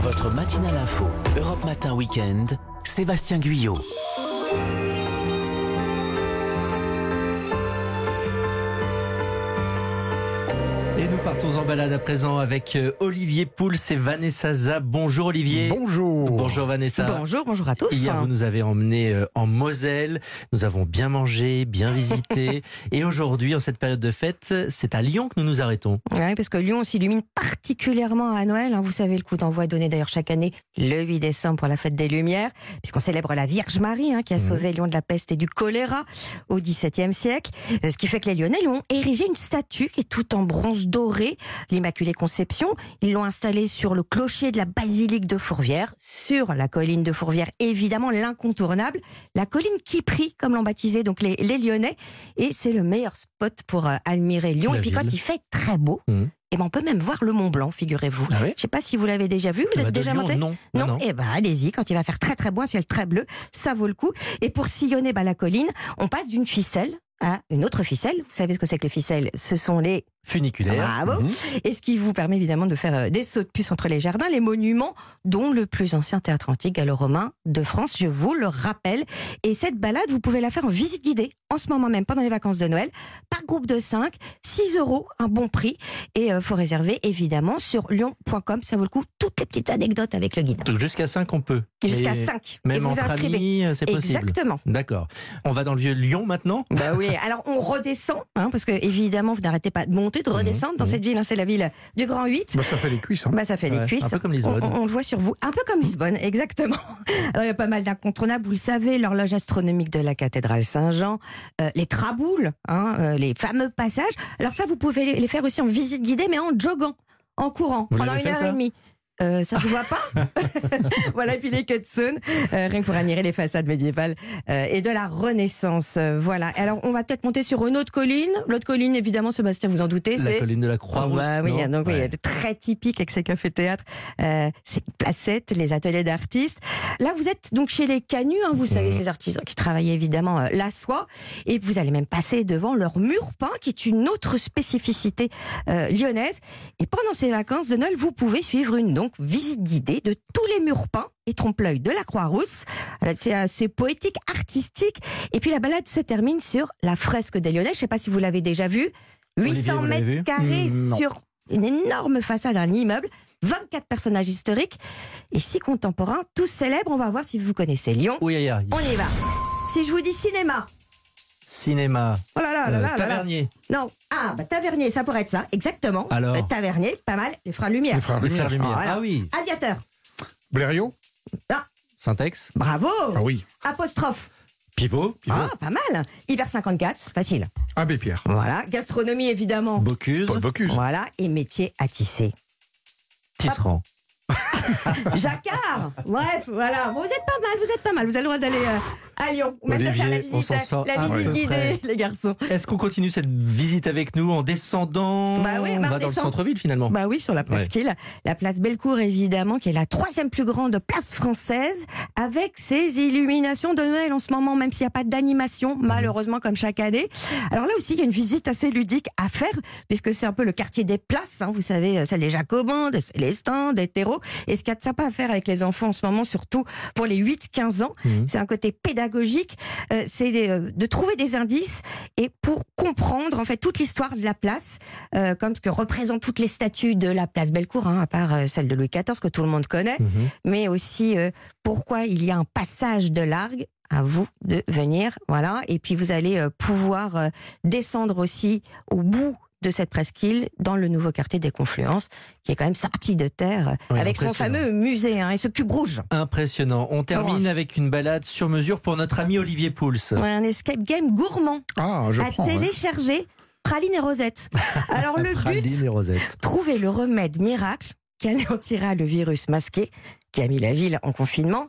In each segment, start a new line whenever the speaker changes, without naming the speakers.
Votre matinale info, Europe Matin Weekend, Sébastien Guyot.
Et nous partons en balade à présent avec euh, Olivier Pouls et Vanessa Zab. Bonjour Olivier.
Bonjour.
Bonjour Vanessa.
Bonjour, bonjour à tous.
Hier, vous nous avez emmené euh, en Moselle. Nous avons bien mangé, bien visité. et aujourd'hui, en cette période de fête, c'est à Lyon que nous nous arrêtons.
Ouais, parce que Lyon s'illumine particulièrement à Noël. hein. Vous savez, le coup d'envoi est donné d'ailleurs chaque année le 8 décembre pour la fête des Lumières, puisqu'on célèbre la Vierge Marie,
Mmh.
hein, qui a sauvé Lyon de la peste et du choléra au XVIIe siècle. Euh, Ce qui fait que les Lyonnais lui ont érigé une statue qui est toute en bronze doré, l'Immaculée Conception. Ils l'ont installée sur le clocher de la basilique de Fourvière, sur la colline de Fourvière, évidemment l'incontournable, la colline Kipri, comme l'ont baptisé donc les, les Lyonnais. Et c'est le meilleur spot pour euh, admirer Lyon.
La
et puis quand
ville.
il fait très beau,
Mhm.
eh ben, on peut même voir le Mont Blanc, figurez-vous.
Ah oui
Je sais pas si vous l'avez déjà vu, vous
Bah,
êtes
de
déjà
Lyon,
monté
Non.
non, Eh ben, allez-y, quand il va faire très très beau, un ciel très bleu, ça vaut le coup. Et pour sillonner bah, la colline, on passe d'une ficelle à une autre ficelle. Vous savez ce que c'est que les ficelles Ce sont les
Funiculaire.
Bravo
Mhm.
Et ce qui vous permet évidemment de faire euh, des sauts de puce entre les jardins, les monuments, dont le plus ancien théâtre antique gallo-romain de France, je vous le rappelle. Et cette balade, vous pouvez la faire en visite guidée, en ce moment même, pendant les vacances de Noël, par groupe de 5, 6 euros, un bon prix. Et il faut réserver évidemment sur lyon.com, ça vaut le coup, toutes les petites anecdotes avec le guide.
Donc jusqu'à 5, on peut.
bah. Jusqu'à
Et
5. et
Même
vous
entre
inscrivez.
amis, euh, c'est possible.
Exactement.
D'accord. On va dans le vieux Lyon maintenant.
Bah oui, alors on redescend, hein, parce que évidemment, vous n'arrêtez pas de monter, de redescendre dans
Mhm.
cette ville, hein, c'est la ville du Grand 8.
Bah, ça fait les cuisses. hein.
Bah, ça fait
Ouais,
les cuisses.
Un peu comme
On,
Lisbonne.
on- on le voit sur vous, un peu comme Lisbonne, exactement. Alors, il y a pas mal d'incontournables, vous le savez, l'horloge astronomique de la cathédrale Saint-Jean, euh, les traboules, hein, euh, les fameux passages. Alors ça, vous pouvez les- les faire aussi en visite guidée, mais en joguant, en courant,
Vous
pendant
l'avez
une
fait,
heure
ça
et demie. Euh, ça se voit pas Voilà, et puis les Cutsune, euh, rien que pour admirer les façades médiévales euh, et de la Renaissance. euh, voilà. Alors, on va peut-être monter sur une autre colline. L'autre colline, évidemment, Sébastien, vous en doutez,
La
c'est
colline de la Croix.
bah oui, donc oui, très typique avec ces cafés-théâtres, euh, ces placettes, les ateliers d'artistes. Là, vous êtes donc chez les Canus, hein, vous savez,
Mhm.
ces artisans qui travaillent évidemment euh, la soie, et vous allez même passer devant leur mur peint, qui est une autre spécificité euh, lyonnaise. Et pendant ces vacances de Noël, vous pouvez suivre une donc visite guidée de tous les murs peints et trompe-l'œil de la Croix-Rousse. Alors, C'est assez poétique, artistique. Et puis la balade se termine sur la fresque des Lyonnais. Je ne sais pas si vous l'avez déjà vue.
Olivier,
800
vous l'avez vue
mètres carrés
Mm, non.
sur une énorme façade d'un immeuble. 24 personnages historiques et 6 contemporains, tous célèbres. On va voir si vous connaissez Lyon.
Oui, aïe, aïe.
On y va. Si je vous dis cinéma.
Cinéma.
Oh là là là
euh,
là là là.
tavernier.
Non. Ah, bah, Tavernier, ça pourrait être ça. Exactement.
Alors.
Euh, Tavernier, pas mal. Les freins lumière.
Les frères
Les
Lumière.
Frères Lumière.
Voilà.
Ah oui.
Aviateur.
Blériot
Syntex.
Bravo.
Ah oui.
Apostrophe.
Pivot.
Ah, pas mal. Hiver 54. c'est Facile.
Abbé Ah, ben, Pierre.
Voilà. Gastronomie, évidemment.
Bocuse.
Paul Bocuse.
Voilà. Et métier à tisser.
Tisserand.
Jacquard Bref, voilà. Bon, vous êtes pas mal, vous êtes pas mal. Vous avez le droit d'aller euh, à Lyon. Ou même de faire la
Olivier, on
visite,
s'en sort
la
à
visite
peu près.
guidée, les garçons.
Est-ce qu'on continue cette visite avec nous en descendant
Bah ouais,
On va
bah on
dans le
descend.
centre-ville finalement.
Bah oui, sur la presqu'île. La place Bellecour, évidemment, qui est la troisième plus grande place française, avec ses illuminations de Noël en ce moment, même s'il n'y a pas d'animation, malheureusement, comme chaque année. Alors là aussi, il y a une visite assez ludique à faire, puisque c'est un peu le quartier des places, hein, vous savez, euh, celle des Jacobins, des Célestins, des Terreaux. Et ce qu'il y a de sympa à faire avec les enfants en ce moment, surtout pour les 8-15 ans,
Mhm.
c'est un côté pédagogique, euh, c'est euh, de trouver des indices et pour comprendre, en fait, toute l'histoire de la place euh, comme ce que représentent toutes les statues de la place Bellecour, hein, à part euh, celle de Louis XIV que tout le monde connaît,
Mhm.
mais aussi euh, pourquoi il y a un passage de largue. À vous de venir, voilà. Et puis vous allez euh, pouvoir euh, descendre aussi au bout de cette presqu'île dans le nouveau quartier des Confluences, qui est quand même sorti de terre euh,
Ouais,
avec son
impressionnant.
fameux musée hein, et ce cube rouge.
Impressionnant. On termine
Orange.
avec une balade sur mesure pour notre ami Olivier Pouls.
Ouais, un escape game gourmand
Ah, je
à
hein.
prends. ouais.
télécharger. Praline et Rosette. Alors le but,
Praline et Rosette.
trouver le remède miracle qui anéantira le virus masqué qui a mis la ville en confinement.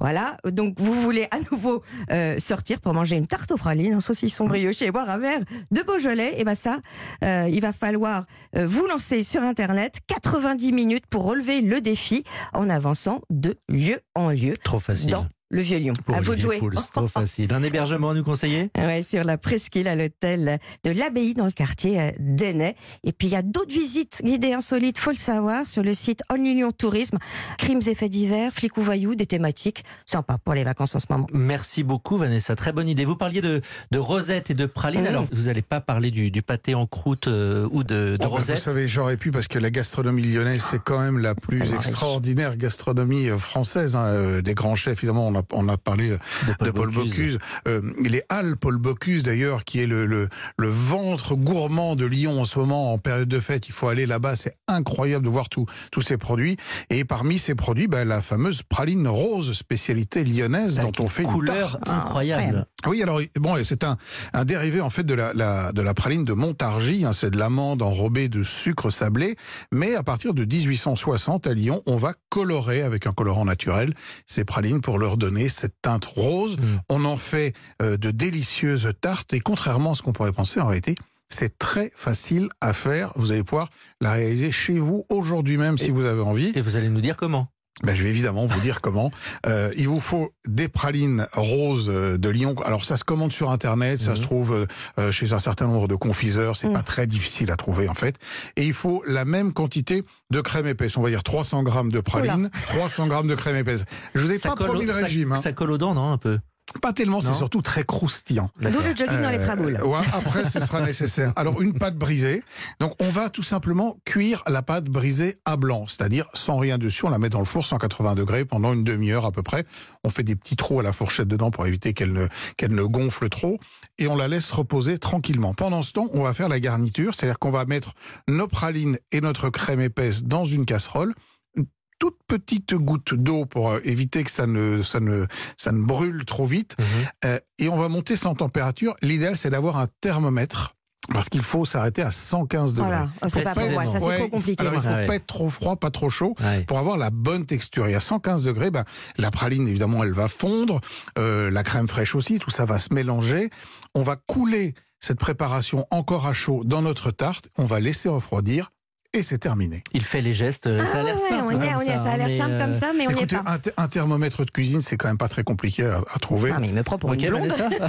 Voilà, donc vous voulez à nouveau euh, sortir pour manger une tarte aux pralines, un saucisson
Hein.
brioché et boire un verre de Beaujolais, et ben ça, euh, il va falloir euh, vous lancer sur Internet 90 minutes pour relever le défi en avançant de lieu en lieu
Trop facile.
dans le vieux lion.
Pour
à vous de
Olivier
jouer.
Pouls, trop facile. Un hébergement à nous conseiller
Ah Ouais, sur la presqu'île à l'hôtel de l'Abbaye dans le quartier euh, d'Enay. Et puis il y a d'autres visites guidées insolites, faut le savoir, sur le site Only Lyon Tourisme. Crimes et faits divers, flics ou voyous, des thématiques sympas pour les vacances en ce moment.
Merci beaucoup Vanessa, très bonne idée. Vous parliez de, de rosette et de praline,
Oui.
alors vous n'allez pas parler du, du pâté en croûte euh, ou de, de
Oh, bah, vous
rosette
savez, j'aurais pu parce que la gastronomie lyonnaise, c'est quand même la plus
marche.
extraordinaire gastronomie euh, française hein, euh, des grands chefs. Évidemment, on a, on a parlé euh, de Paul Bocuse. Euh, les Halles Paul Bocuse, d'ailleurs, qui est le, le, le ventre gourmand de Lyon en ce moment, en période de fête. Il faut aller là-bas, c'est incroyable de voir tout- tous ces produits. Et parmi ces produits, bah, la fameuse praline rose, spécialité lyonnaise,
Avec
dont on fait une
Couleur
tarte.
incroyable.
oui, alors bon, et c'est un, un dérivé en fait de la, la- de la praline de Montargis. hein, c'est de l'amande enrobée de sucre sablé. Mais à partir de 1860 à Lyon, on va colorer avec un colorant naturel ces pralines pour leur donner cette teinte rose.
Mm.
On en fait euh, de délicieuses tartes et contrairement à ce qu'on pourrait penser, en réalité. C'est très facile à faire. Vous allez pouvoir la réaliser chez vous aujourd'hui même si vous avez envie.
Et vous allez nous dire comment
Ben, je vais évidemment vous dire comment. Euh, il vous faut des pralines roses euh, de Lyon. Alors ça se commande sur internet, ça
Mhm.
se trouve euh, euh, chez un certain nombre de confiseurs. C'est
Mhm.
pas très difficile à trouver en fait. Et il faut la même quantité de crème épaisse. On va dire 300 grammes de pralines, 300 grammes de crème épaisse. Je vous ai pas
colle,
promis
au-
le
ça-
régime. hein.
ça colle aux dents, non Un peu.
Pas tellement, c'est
Non.
surtout très croustillant.
D'où le jogging dans les
Euh,
traboules.
euh, ouais, après, ce sera nécessaire. Alors, une pâte brisée. Donc, on va tout simplement cuire la pâte brisée à blanc, c'est-à-dire sans rien dessus. On la met dans le four 180 degrés pendant une demi-heure à peu près. On fait des petits trous à la fourchette dedans pour éviter qu'elle ne, qu'elle ne gonfle trop. Et on la laisse reposer tranquillement. Pendant ce temps, on va faire la garniture, c'est-à-dire qu'on va mettre nos pralines et notre crème épaisse dans une casserole. Une toute petite goutte d'eau pour euh, éviter que ça ne, ça ne, ça ne brûle trop vite.
Mhm.
Euh, et on va monter sans température. L'idéal, c'est d'avoir un thermomètre parce qu'il faut s'arrêter à 115 degrés.
Voilà, Oh, c'est pas pour moi, ça c'est
Ouais,
trop compliqué.
Alors, il
moi.
faut
Ah ouais.
pas être trop froid, pas trop chaud.
Ouais.
Pour avoir la bonne texture. Et à 115 degrés, ben, la praline, évidemment, elle va fondre. euh, la crème fraîche aussi, tout ça va se mélanger. On va couler cette préparation encore à chaud dans notre tarte. On va laisser refroidir et c'est terminé.
Il fait les gestes, euh, ça a l'air
Ah ouais,
simple.
on y est,
comme
on y est, ça a
mais,
l'air simple
euh,
comme ça, mais on n'y est
Écoutez,
pas.
un, th- un thermomètre de cuisine, c'est quand même pas très compliqué à, à trouver.
Ah, mais il me prend pour
Ok,
une blonde.
Vanessa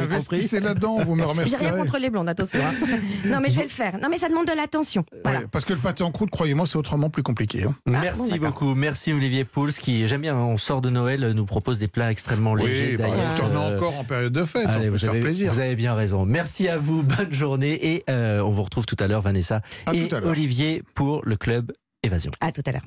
Investissez là-dedans, vous me
J'ai rien
remercierez.
contre les blondes, attention. hein. non, mais je vais le faire. Non, mais ça demande de l'attention. Voilà.
Ouais, parce que le pâté en croûte, croyez-moi, c'est autrement plus compliqué. hein.
Merci
Ah bon, d'accord.
beaucoup, merci Olivier Pouls qui, j'aime bien, on sort de Noël, nous propose des plats extrêmement légers
Oui, bah,
d'ailleurs.
on est
Euh,
encore en période de fête,
allez,
on peut
vous,
se
avez,
faire plaisir.
vous avez bien raison. Merci à vous, bonne journée et euh, on vous retrouve tout à l'heure Vanessa
À
et
tout à l'heure.
Olivier pour le club Évasion.
À tout à l'heure.